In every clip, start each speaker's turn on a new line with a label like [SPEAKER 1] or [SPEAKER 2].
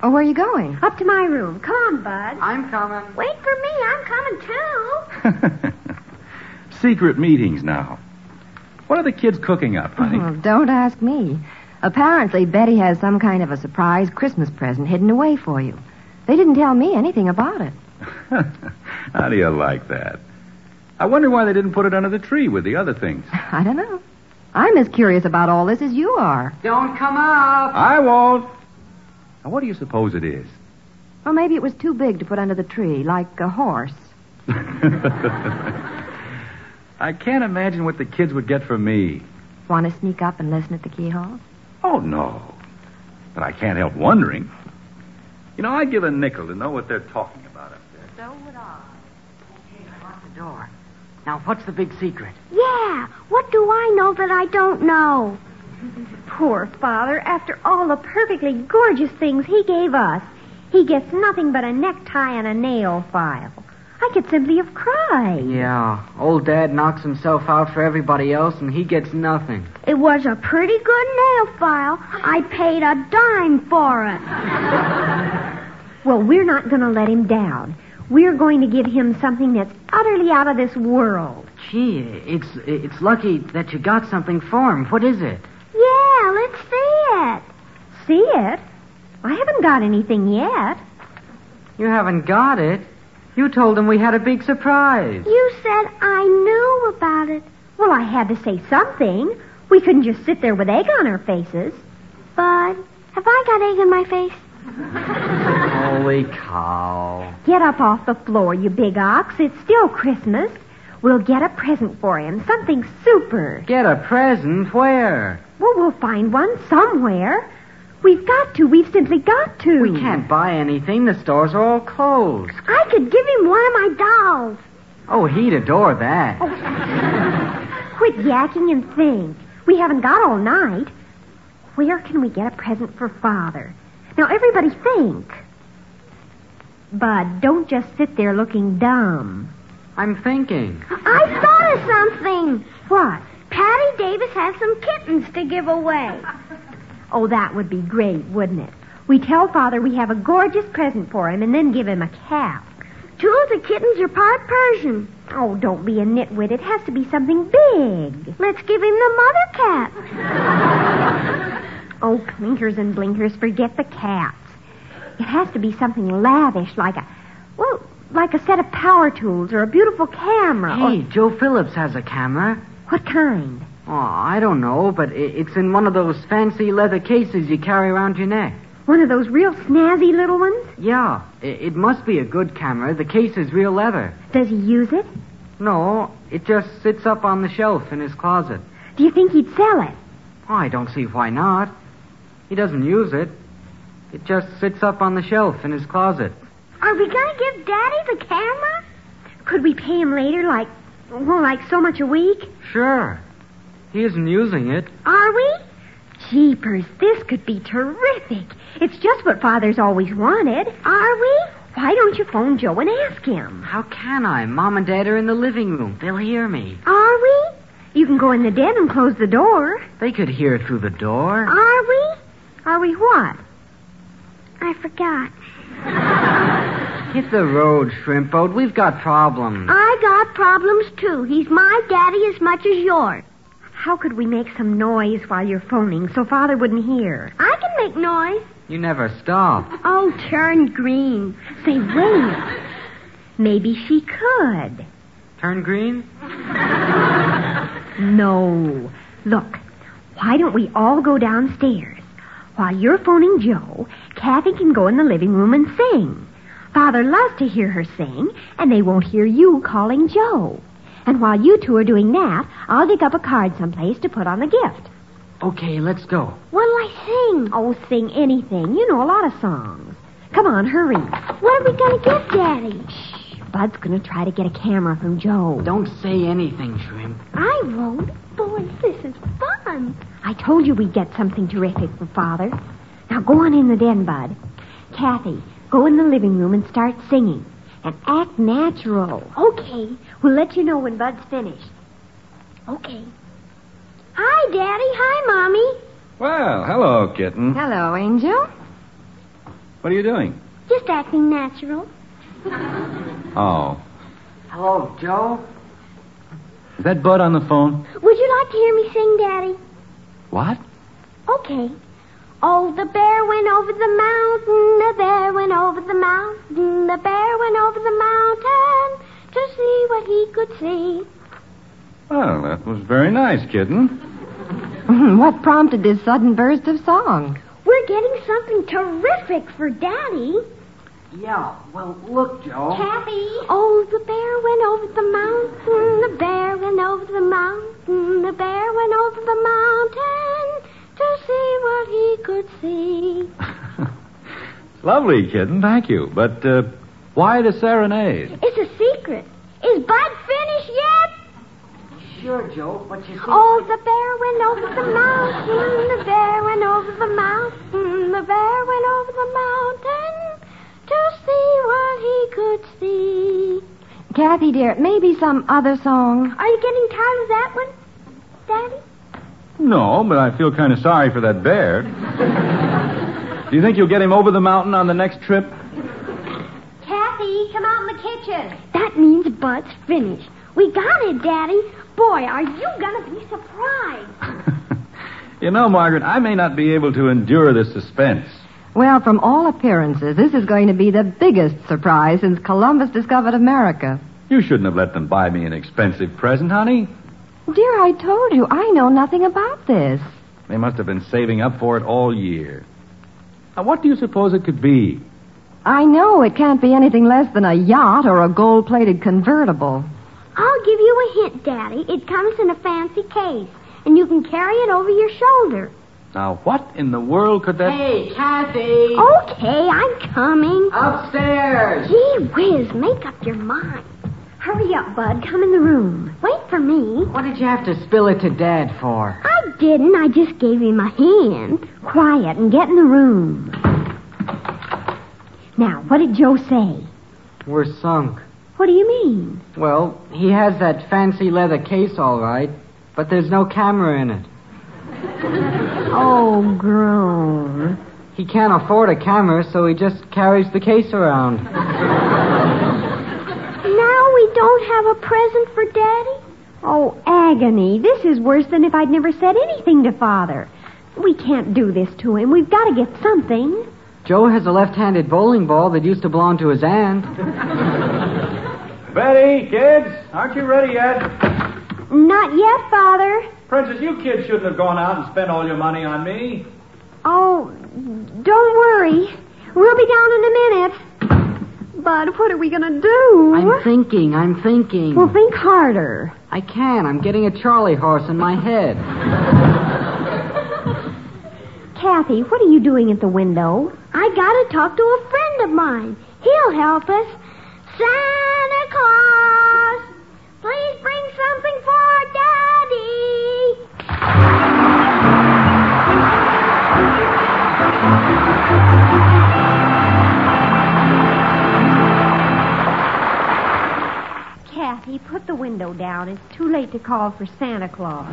[SPEAKER 1] Oh, where are you going?
[SPEAKER 2] Up to my room. Come on, Bud.
[SPEAKER 3] I'm coming.
[SPEAKER 4] Wait for me, I'm coming too.
[SPEAKER 5] Secret meetings now. What are the kids cooking up, honey?
[SPEAKER 1] Well, don't ask me. Apparently, Betty has some kind of a surprise Christmas present hidden away for you. They didn't tell me anything about it.
[SPEAKER 5] Uh-huh. How do you like that? I wonder why they didn't put it under the tree with the other things.
[SPEAKER 1] I don't know. I'm as curious about all this as you are.
[SPEAKER 3] Don't come up.
[SPEAKER 5] I won't. Now, what do you suppose it is?
[SPEAKER 1] Or maybe it was too big to put under the tree, like a horse.
[SPEAKER 5] I can't imagine what the kids would get from me.
[SPEAKER 1] Want to sneak up and listen at the keyhole?
[SPEAKER 5] Oh, no. But I can't help wondering. You know, I'd give a nickel to know what they're talking about up there.
[SPEAKER 3] So would I. Hey, I locked the door. Now, what's the big secret?
[SPEAKER 4] Yeah, what do I know that I don't know? Poor father, after all the perfectly gorgeous things he gave us, he gets nothing but a necktie and a nail file. I could simply have cried.
[SPEAKER 3] Yeah, old Dad knocks himself out for everybody else, and he gets nothing.
[SPEAKER 4] It was a pretty good nail file. I paid a dime for it.
[SPEAKER 2] Well, we're not going to let him down. We're going to give him something that's utterly out of this world.
[SPEAKER 3] Gee, it's it's lucky that you got something for him. What is it?
[SPEAKER 4] yeah, let's see it.
[SPEAKER 2] See it? I haven't got anything yet.
[SPEAKER 3] You haven't got it. You told him we had a big surprise.
[SPEAKER 4] You said I knew about it.
[SPEAKER 2] Well, I had to say something. We couldn't just sit there with egg on our faces.
[SPEAKER 4] Bud, have I got egg in my face?
[SPEAKER 3] Holy cow!
[SPEAKER 2] Get up off the floor, you big ox. It's still Christmas. We'll get a present for him, something super.
[SPEAKER 3] Get a present where?
[SPEAKER 2] Well, we'll find one somewhere. We've got to. We've simply got to.
[SPEAKER 3] We can't buy anything. The stores are all closed.
[SPEAKER 4] I could give him one of my dolls.
[SPEAKER 3] Oh, he'd adore that.
[SPEAKER 2] Quit yakking and think. We haven't got all night. Where can we get a present for Father? Now, everybody think. Bud, don't just sit there looking dumb.
[SPEAKER 3] I'm thinking.
[SPEAKER 4] I thought of something.
[SPEAKER 2] What?
[SPEAKER 4] Patty Davis has some kittens to give away.
[SPEAKER 2] Oh, that would be great, wouldn't it? We tell Father we have a gorgeous present for him and then give him a calf.
[SPEAKER 4] Two of the kittens are part Persian.
[SPEAKER 2] Oh, don't be a nitwit. It has to be something big.
[SPEAKER 4] Let's give him the mother cat.
[SPEAKER 2] Oh, clinkers and blinkers, forget the cats. It has to be something lavish, like a, well, like a set of power tools or a beautiful camera.
[SPEAKER 3] Hey,
[SPEAKER 2] Or,
[SPEAKER 3] Joe Phillips has a camera.
[SPEAKER 2] what kind?
[SPEAKER 3] Oh, I don't know, but i it's in one of those fancy leather cases you carry around your neck.
[SPEAKER 2] One of those real snazzy little ones?
[SPEAKER 3] Yeah, i it must be a good camera. The case is real leather.
[SPEAKER 2] Does he use it?
[SPEAKER 3] No, it just sits up on the shelf in his closet.
[SPEAKER 2] Do you think he'd sell it?
[SPEAKER 3] Oh, I don't see why not. He doesn't use it. It just sits up on the shelf in his closet.
[SPEAKER 2] Are we going to give Daddy the camera? Could we pay him later, like, well, like so much a week?
[SPEAKER 3] Sure. He isn't using it.
[SPEAKER 2] Are we? Jeepers, this could be terrific. It's just what Father's always wanted. Are we? Why don't you phone Joe and ask him?
[SPEAKER 3] How can I? Mom and Dad are in the living room. They'll hear me.
[SPEAKER 2] Are we? You can go in the den and close the door.
[SPEAKER 3] They could hear through the door.
[SPEAKER 2] Are we? Are we what? I forgot.
[SPEAKER 3] Hit the road, Shrimpode. We've got problems.
[SPEAKER 2] I got problems too. He's my daddy as much as yours. How could we make some noise while you're phoning so Father wouldn't hear? I can make noise.
[SPEAKER 3] You never stop.
[SPEAKER 2] Oh, turn green. Say, wait. Maybe she could.
[SPEAKER 3] Turn green?
[SPEAKER 2] No. Look, why don't we all go downstairs? While you're phoning Joe, Kathy can go in the living room and sing. Father loves to hear her sing, and they won't hear you calling Joe. And while you two are doing that, I'll dig up a card someplace to put on the gift.
[SPEAKER 3] Okay, let's go.
[SPEAKER 2] What'll I sing? Oh, sing anything. You know a lot of songs. Come on, hurry.
[SPEAKER 6] What are we going to get, Daddy?
[SPEAKER 2] Shh. Bud's going to try to get a camera from Joe.
[SPEAKER 3] Don't say anything, Shrimp.
[SPEAKER 6] I won't. Boy, this is fun.
[SPEAKER 2] I told you we'd get something terrific for Father. Now go on in the den, Bud. Kathy, go in the living room and start singing. And act natural.
[SPEAKER 6] Okay.
[SPEAKER 2] We'll let you know when Bud's finished.
[SPEAKER 6] Okay. Hi, Daddy. Hi, Mommy.
[SPEAKER 5] Well, hello, kitten.
[SPEAKER 7] Hello, Angel.
[SPEAKER 5] What are you doing?
[SPEAKER 6] Just acting natural.
[SPEAKER 5] Oh.
[SPEAKER 3] Hello, Joe.
[SPEAKER 5] Is that Bud on the phone?
[SPEAKER 6] Would you like to hear me sing, Daddy?
[SPEAKER 5] What?
[SPEAKER 6] Okay. Oh, the bear went over the mountain, the bear went over the mountain, the bear went over the mountain to see what he could see.
[SPEAKER 5] Well, that was very nice, kitten.
[SPEAKER 7] Mm-hmm. what prompted this sudden burst of song?
[SPEAKER 6] We're getting something terrific for Daddy.
[SPEAKER 3] Yeah, well, look, Joe.
[SPEAKER 6] Kathy. Oh, the bear went over the mountain, the bear went over the mountain, the bear went over the mountain to see what he could see.
[SPEAKER 5] It's lovely, kitten. Thank you. But uh, why the serenade?
[SPEAKER 6] It's a secret. Is Bud finished yet?
[SPEAKER 3] Sure, Joe, but you see...
[SPEAKER 6] Oh, the bear went over the mountain, the bear went over the mountain, the bear went over the mountain to see what he could see.
[SPEAKER 7] Kathy, dear, maybe some other song.
[SPEAKER 6] Are you getting tired of that one, Daddy?
[SPEAKER 5] No, but I feel kind of sorry for that bear. Do you think you'll get him over the mountain on the next trip?
[SPEAKER 6] Kathy, come out in the kitchen.
[SPEAKER 2] That means Bud's finished.
[SPEAKER 6] We got it, Daddy. Boy, are you gonna be surprised.
[SPEAKER 5] You know, Margaret, I may not be able to endure the suspense.
[SPEAKER 7] Well, from all appearances, this is going to be the biggest surprise since Columbus discovered America.
[SPEAKER 5] You shouldn't have let them buy me an expensive present, honey.
[SPEAKER 7] Dear, I told you, I know nothing about this.
[SPEAKER 5] They must have been saving up for it all year. Now, what do you suppose it could be?
[SPEAKER 7] I know it can't be anything less than a yacht or a gold plated convertible.
[SPEAKER 6] I'll give you a hint, Daddy. It comes in a fancy case, and you can carry it over your shoulder.
[SPEAKER 5] Now, what in the world could that...
[SPEAKER 3] Hey, Kathy.
[SPEAKER 6] Okay, I'm coming.
[SPEAKER 3] Upstairs.
[SPEAKER 6] Gee whiz, make up your mind.
[SPEAKER 2] Hurry up, Bud. Come in the room.
[SPEAKER 6] Wait for me.
[SPEAKER 3] What did you have to spill it to Dad for?
[SPEAKER 6] I didn't. I just gave him a hand.
[SPEAKER 2] Quiet and get in the room. Now, what did Joe say?
[SPEAKER 3] We're sunk.
[SPEAKER 2] What do you mean?
[SPEAKER 3] Well, he has that fancy leather case, all right, but there's no camera in it.
[SPEAKER 2] Oh, groan.
[SPEAKER 3] He can't afford a camera, so he just carries the case around.
[SPEAKER 6] Now we don't have a present for Daddy?
[SPEAKER 2] Oh, agony. This is worse than if I'd never said anything to Father. We can't do this to him. We've got to get something.
[SPEAKER 3] Joe has a left-handed bowling ball that used to belong to his aunt.
[SPEAKER 5] Betty, kids, aren't you ready yet?
[SPEAKER 2] Not yet, Father.
[SPEAKER 5] Princess, you kids shouldn't have gone out and spent all your money on me.
[SPEAKER 2] Oh, don't worry. We'll be down in a minute. Bud, what are we going to do?
[SPEAKER 3] I'm thinking, I'm thinking.
[SPEAKER 2] Well, think harder.
[SPEAKER 3] I can. I'm getting a Charlie horse in my head.
[SPEAKER 2] Kathy, what are you doing at the window? I gotta talk to a friend of mine. He'll help us. Santa Claus, please bring something for Daddy. Kathy, put the window down. It's too late to call for Santa Claus.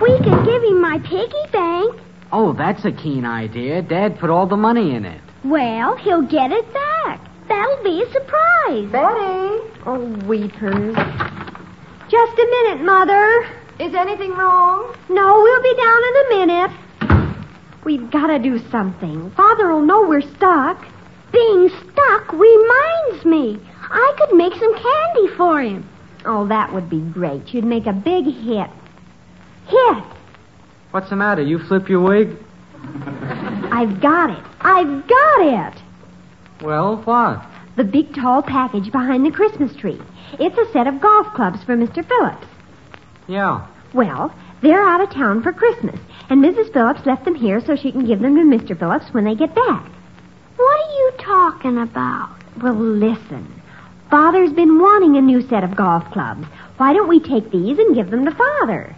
[SPEAKER 2] We can give him my piggy bank.
[SPEAKER 3] Oh, that's a keen idea. Dad put all the money in it.
[SPEAKER 2] Well, he'll get it back. That'll be a surprise. Betty. Oh, weepers. Just a minute, Mother. Is anything wrong? No, we'll be down in a minute. We've got to do something. Father will know we're stuck. Being stuck reminds me. I could make some candy for him. Oh, that would be great. You'd make a big hit. Hit.
[SPEAKER 3] What's the matter? You flip your wig?
[SPEAKER 2] I've got it. I've got it.
[SPEAKER 3] Well, what?
[SPEAKER 2] The big tall package behind the Christmas tree. It's a set of golf clubs for Mr. Phillips.
[SPEAKER 3] Yeah.
[SPEAKER 2] Well, they're out of town for Christmas, and Mrs. Phillips left them here so she can give them to Mr. Phillips when they get back. What are you talking about? Well, listen. Father's been wanting a new set of golf clubs. Why don't we take these and give them to Father?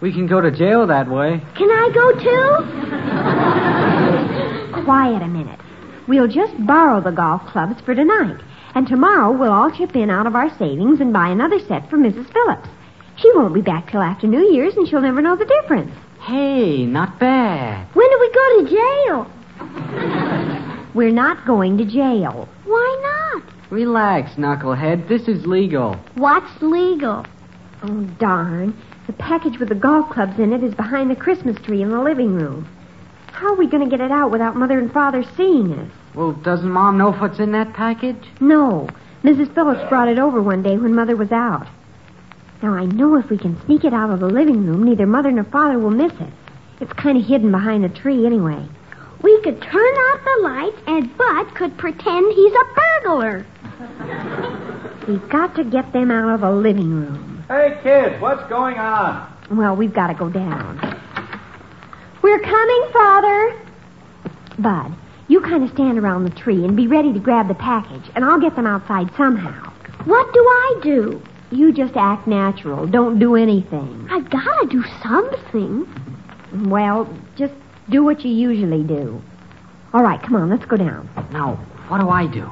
[SPEAKER 3] We can go to jail that way.
[SPEAKER 2] Can I go too? Quiet a minute. We'll just borrow the golf clubs for tonight, and tomorrow we'll all chip in out of our savings and buy another set for Mrs. Phillips. She won't be back till after New Year's, and she'll never know the difference.
[SPEAKER 3] Hey, not bad.
[SPEAKER 2] When do we go to jail? We're not going to jail. Why not?
[SPEAKER 3] Relax, knucklehead. This is legal.
[SPEAKER 2] What's legal? Oh, darn. The package with the golf clubs in it is behind the Christmas tree in the living room. How are we going to get it out without Mother and Father seeing us?
[SPEAKER 3] Well, doesn't Mom know what's in that package?
[SPEAKER 2] No. Mrs. Phillips brought it over one day when Mother was out. Now, I know if we can sneak it out of the living room, neither Mother nor Father will miss it. It's kind of hidden behind a tree anyway.
[SPEAKER 6] We could turn out the lights, and Bud could pretend he's a burglar.
[SPEAKER 2] We've got to get them out of the living room.
[SPEAKER 5] Hey, kids, what's going on?
[SPEAKER 2] Well, we've got to go down. We're coming, Father. Bud, you kind of stand around the tree and be ready to grab the package, and I'll get them outside somehow.
[SPEAKER 6] What do I do?
[SPEAKER 2] You just act natural. Don't do anything.
[SPEAKER 6] I've got to do something.
[SPEAKER 2] Well, just do what you usually do. All right, come on, let's go down.
[SPEAKER 3] Now, what do I do?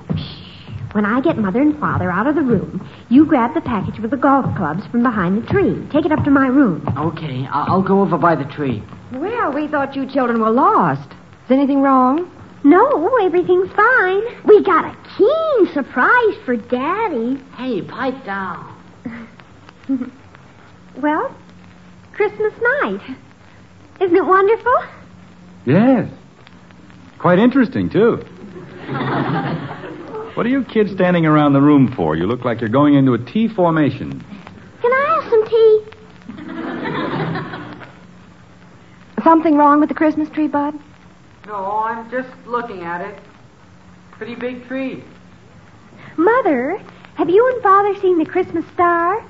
[SPEAKER 2] When I get Mother and Father out of the room, you grab the package with the golf clubs from behind the tree. Take it up to my room.
[SPEAKER 3] Okay, I- I'll go over by the tree.
[SPEAKER 7] Well, we thought you children were lost. Is anything wrong?
[SPEAKER 6] No, everything's fine. We got a keen surprise for Daddy.
[SPEAKER 3] Hey, pipe down.
[SPEAKER 2] Well, Christmas night. Isn't it wonderful?
[SPEAKER 5] Yes. Quite interesting, too. what are you kids standing around the room for? You look like you're going into a T formation.
[SPEAKER 6] Can I have some tea?
[SPEAKER 7] Something wrong with the Christmas tree, Bud?
[SPEAKER 3] No, I'm just looking at it. Pretty big tree.
[SPEAKER 2] Mother, have you and Father seen the Christmas star?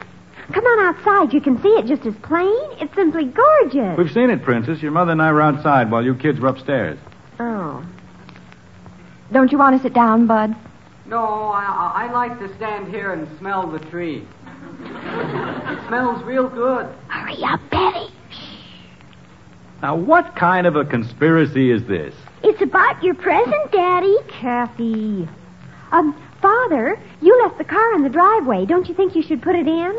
[SPEAKER 2] Come on outside. You can see it just as plain. It's simply gorgeous.
[SPEAKER 5] We've seen it, Princess. Your mother and I were outside while you kids were upstairs.
[SPEAKER 7] Oh. Don't you want to sit down, Bud?
[SPEAKER 3] No, I, I like to stand here and smell the tree. it smells real good.
[SPEAKER 6] Hurry up, Betty.
[SPEAKER 5] Now, what kind of a conspiracy is this?
[SPEAKER 6] It's about your present, Daddy.
[SPEAKER 2] Kathy. Um, Father, you left the car in the driveway. Don't you think you should put it in?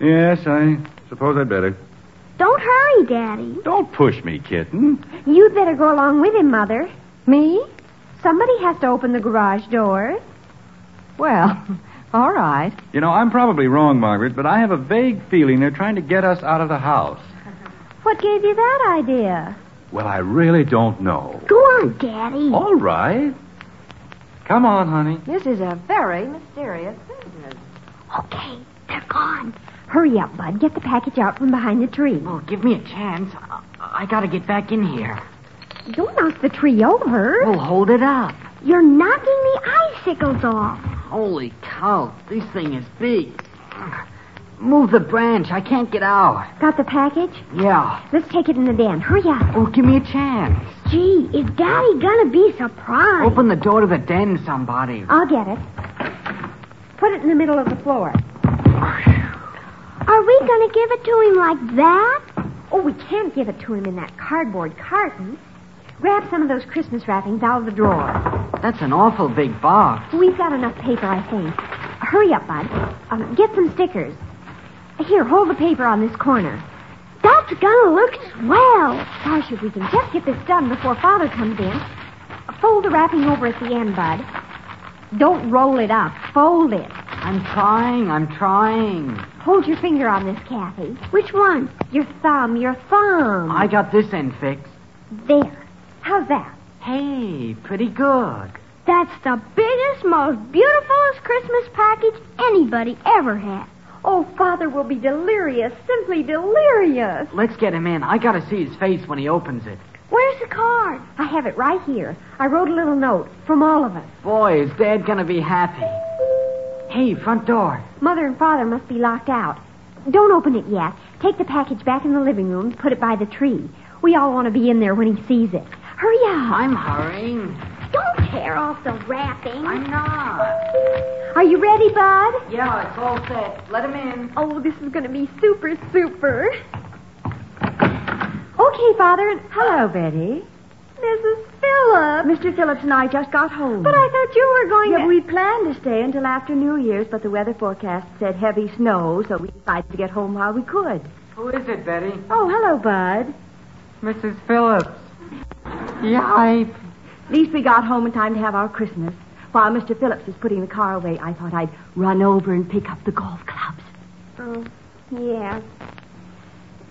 [SPEAKER 5] Yes, I suppose I'd better.
[SPEAKER 6] Don't hurry, Daddy.
[SPEAKER 5] Don't push me, kitten.
[SPEAKER 2] You'd better go along with him, Mother.
[SPEAKER 7] Me?
[SPEAKER 2] Somebody has to open the garage doors.
[SPEAKER 7] Well, all right.
[SPEAKER 5] You know, I'm probably wrong, Margaret, but I have a vague feeling they're trying to get us out of the house.
[SPEAKER 2] What gave you that idea?
[SPEAKER 5] Well, I really don't know.
[SPEAKER 6] Go on, Daddy.
[SPEAKER 5] All right. Come on, honey.
[SPEAKER 7] This is a very mysterious business.
[SPEAKER 6] Okay, they're gone. Oh.
[SPEAKER 2] Hurry up, Bud. Get the package out from behind the tree.
[SPEAKER 8] Oh,
[SPEAKER 3] Well, give me a chance. I, I gotta get back in here.
[SPEAKER 2] Don't knock the tree over.
[SPEAKER 6] Oh.
[SPEAKER 3] Well, hold it up.
[SPEAKER 6] You're knocking the icicles off.
[SPEAKER 3] Holy cow, this thing is big.
[SPEAKER 8] Move the branch. I can't get out.
[SPEAKER 2] Got the package?
[SPEAKER 8] Yeah.
[SPEAKER 2] Let's take it in the den. Hurry up.
[SPEAKER 8] Oh, give me a chance.
[SPEAKER 2] Gee, is Daddy gonna be surprised?
[SPEAKER 8] Open the door to the den, somebody.
[SPEAKER 2] I'll get it. Put it in the middle of the floor. Are we gonna give it to him like that? Oh, we can't give it to him in that cardboard carton. Grab some of those Christmas wrappings out of the drawer.
[SPEAKER 8] That's an awful big box.
[SPEAKER 2] We've got enough paper, I think. Hurry up, Bud. Um, get some stickers. Here, hold the paper on this corner. That's gonna look swell. Gosh, if we can just get this done before Father comes in. Fold the wrapping over at the end, Bud. Don't roll it up. Fold it.
[SPEAKER 8] I'm trying. I'm trying.
[SPEAKER 2] Hold your finger on this, Kathy. Which one? Your thumb. Your thumb.
[SPEAKER 8] I got this end fixed.
[SPEAKER 2] There. How's that?
[SPEAKER 8] Hey, pretty good.
[SPEAKER 2] That's the biggest, most beautifulest Christmas package anybody ever had. Oh, Father will be delirious, simply delirious.
[SPEAKER 8] Let's get him in. I gotta see his face when he opens it.
[SPEAKER 2] Where's the card? I have it right here. I wrote a little note from all of us.
[SPEAKER 8] Boy, is Dad gonna be happy. Hey, front door.
[SPEAKER 2] Mother and Father must be locked out. Don't open it yet. Take the package back in the living room, put it by the tree. We all want to be in there when he sees it. Hurry up.
[SPEAKER 8] I'm hurrying.
[SPEAKER 2] Don't tear off the wrapping.
[SPEAKER 8] I'm not.
[SPEAKER 2] Are you ready, Bud?
[SPEAKER 3] Yeah, it's all set. Let him in.
[SPEAKER 2] Oh, this is going to be super, super. Okay, Father. And hello,
[SPEAKER 9] Betty.
[SPEAKER 2] Mrs. Phillips.
[SPEAKER 9] Mr. Phillips and I just got home.
[SPEAKER 2] But I thought you were going
[SPEAKER 9] yeah,
[SPEAKER 2] to.
[SPEAKER 9] we planned to stay until after New Year's, but the weather forecast said heavy snow, so we decided to get home while we could.
[SPEAKER 3] Who is it, Betty?
[SPEAKER 9] Oh, hello, Bud.
[SPEAKER 3] Mrs. Phillips. Yipe.
[SPEAKER 9] At least we got home in time to have our Christmas. While Mr. Phillips was putting the car away, I thought I'd run over and pick up the golf clubs.
[SPEAKER 2] Oh, yeah.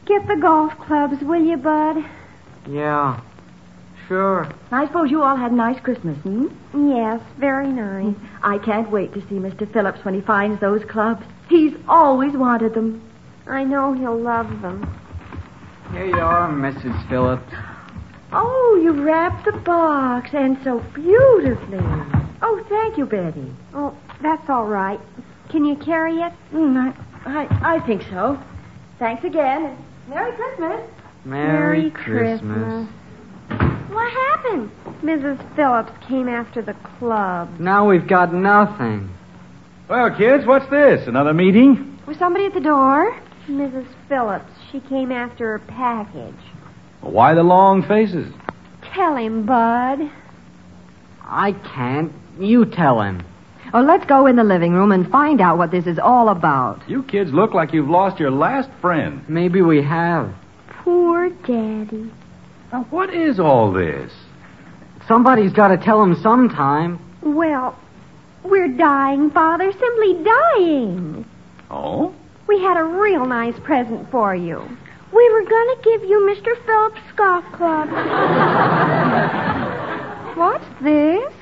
[SPEAKER 2] Get the golf clubs, will you, Bud?
[SPEAKER 3] Yeah. Sure.
[SPEAKER 9] I suppose you all had a nice Christmas, hmm?
[SPEAKER 2] Yes, very nice.
[SPEAKER 9] I can't wait to see Mr. Phillips when he finds those clubs. He's always wanted them.
[SPEAKER 2] I know he'll love them.
[SPEAKER 3] Here you are, Mrs. Phillips.
[SPEAKER 9] Oh, you wrapped the box, and so beautifully. Oh, thank you, Betty.
[SPEAKER 2] Oh, that's all right. Can you carry it?
[SPEAKER 9] Mm, I, I, I think so. Thanks again, and Merry Christmas.
[SPEAKER 3] Merry,
[SPEAKER 2] Merry Christmas. What happened? Mrs. Phillips came after the club.
[SPEAKER 3] Now we've got nothing.
[SPEAKER 5] Well, kids, what's this? Another meeting?
[SPEAKER 9] Was somebody at the door?
[SPEAKER 2] Mrs. Phillips, she came after her package.
[SPEAKER 5] Why the long faces?
[SPEAKER 2] Tell him, Bud.
[SPEAKER 8] I can't. You tell him.
[SPEAKER 7] Oh, let's go in the living room and find out what this is all about.
[SPEAKER 5] You kids look like you've lost your last friend.
[SPEAKER 8] Maybe we have.
[SPEAKER 2] Poor Daddy.
[SPEAKER 5] Now, what is all this?
[SPEAKER 8] Somebody's got to tell him sometime.
[SPEAKER 2] Well, we're dying, Father, simply dying.
[SPEAKER 5] Oh?
[SPEAKER 2] We had a real nice present for you. We were going to give you Mr. Phillips' golf club. What's this?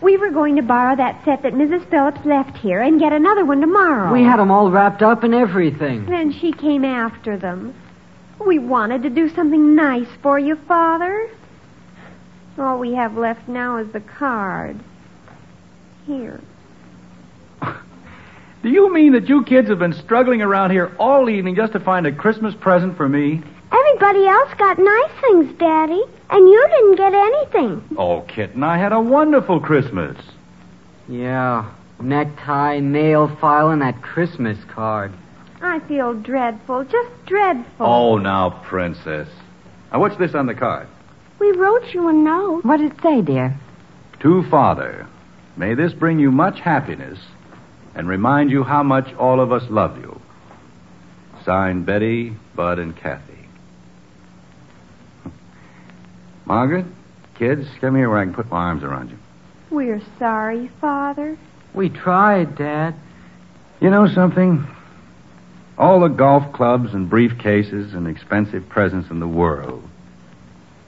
[SPEAKER 2] We were going to borrow that set that Mrs. Phillips left here and get another one tomorrow.
[SPEAKER 8] We had 'em all wrapped up and everything.
[SPEAKER 2] Then she came after them. We wanted to do something nice for you, Father. All we have left now is the card. Here.
[SPEAKER 5] Do you mean that you kids have been struggling around here all evening just to find a Christmas present for me?
[SPEAKER 2] Everybody else got nice things, Daddy, and you didn't get anything.
[SPEAKER 5] Oh, kitten, I had a wonderful Christmas.
[SPEAKER 8] Yeah. Necktie, nail file, and that Christmas card.
[SPEAKER 2] I feel dreadful, just dreadful.
[SPEAKER 5] Oh, now, princess. Now, what's this on the card?
[SPEAKER 2] We wrote you a note.
[SPEAKER 7] What did it say, dear?
[SPEAKER 5] To Father, may this bring you much happiness and remind you how much all of us love you. Signed, Betty, Bud, and Kathy. Margaret, kids, come here where I can put my arms around you.
[SPEAKER 2] We're sorry, Father.
[SPEAKER 8] We tried, Dad.
[SPEAKER 5] You know something? All the golf clubs and briefcases and expensive presents in the world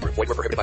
[SPEAKER 10] Group. Void where prohibited by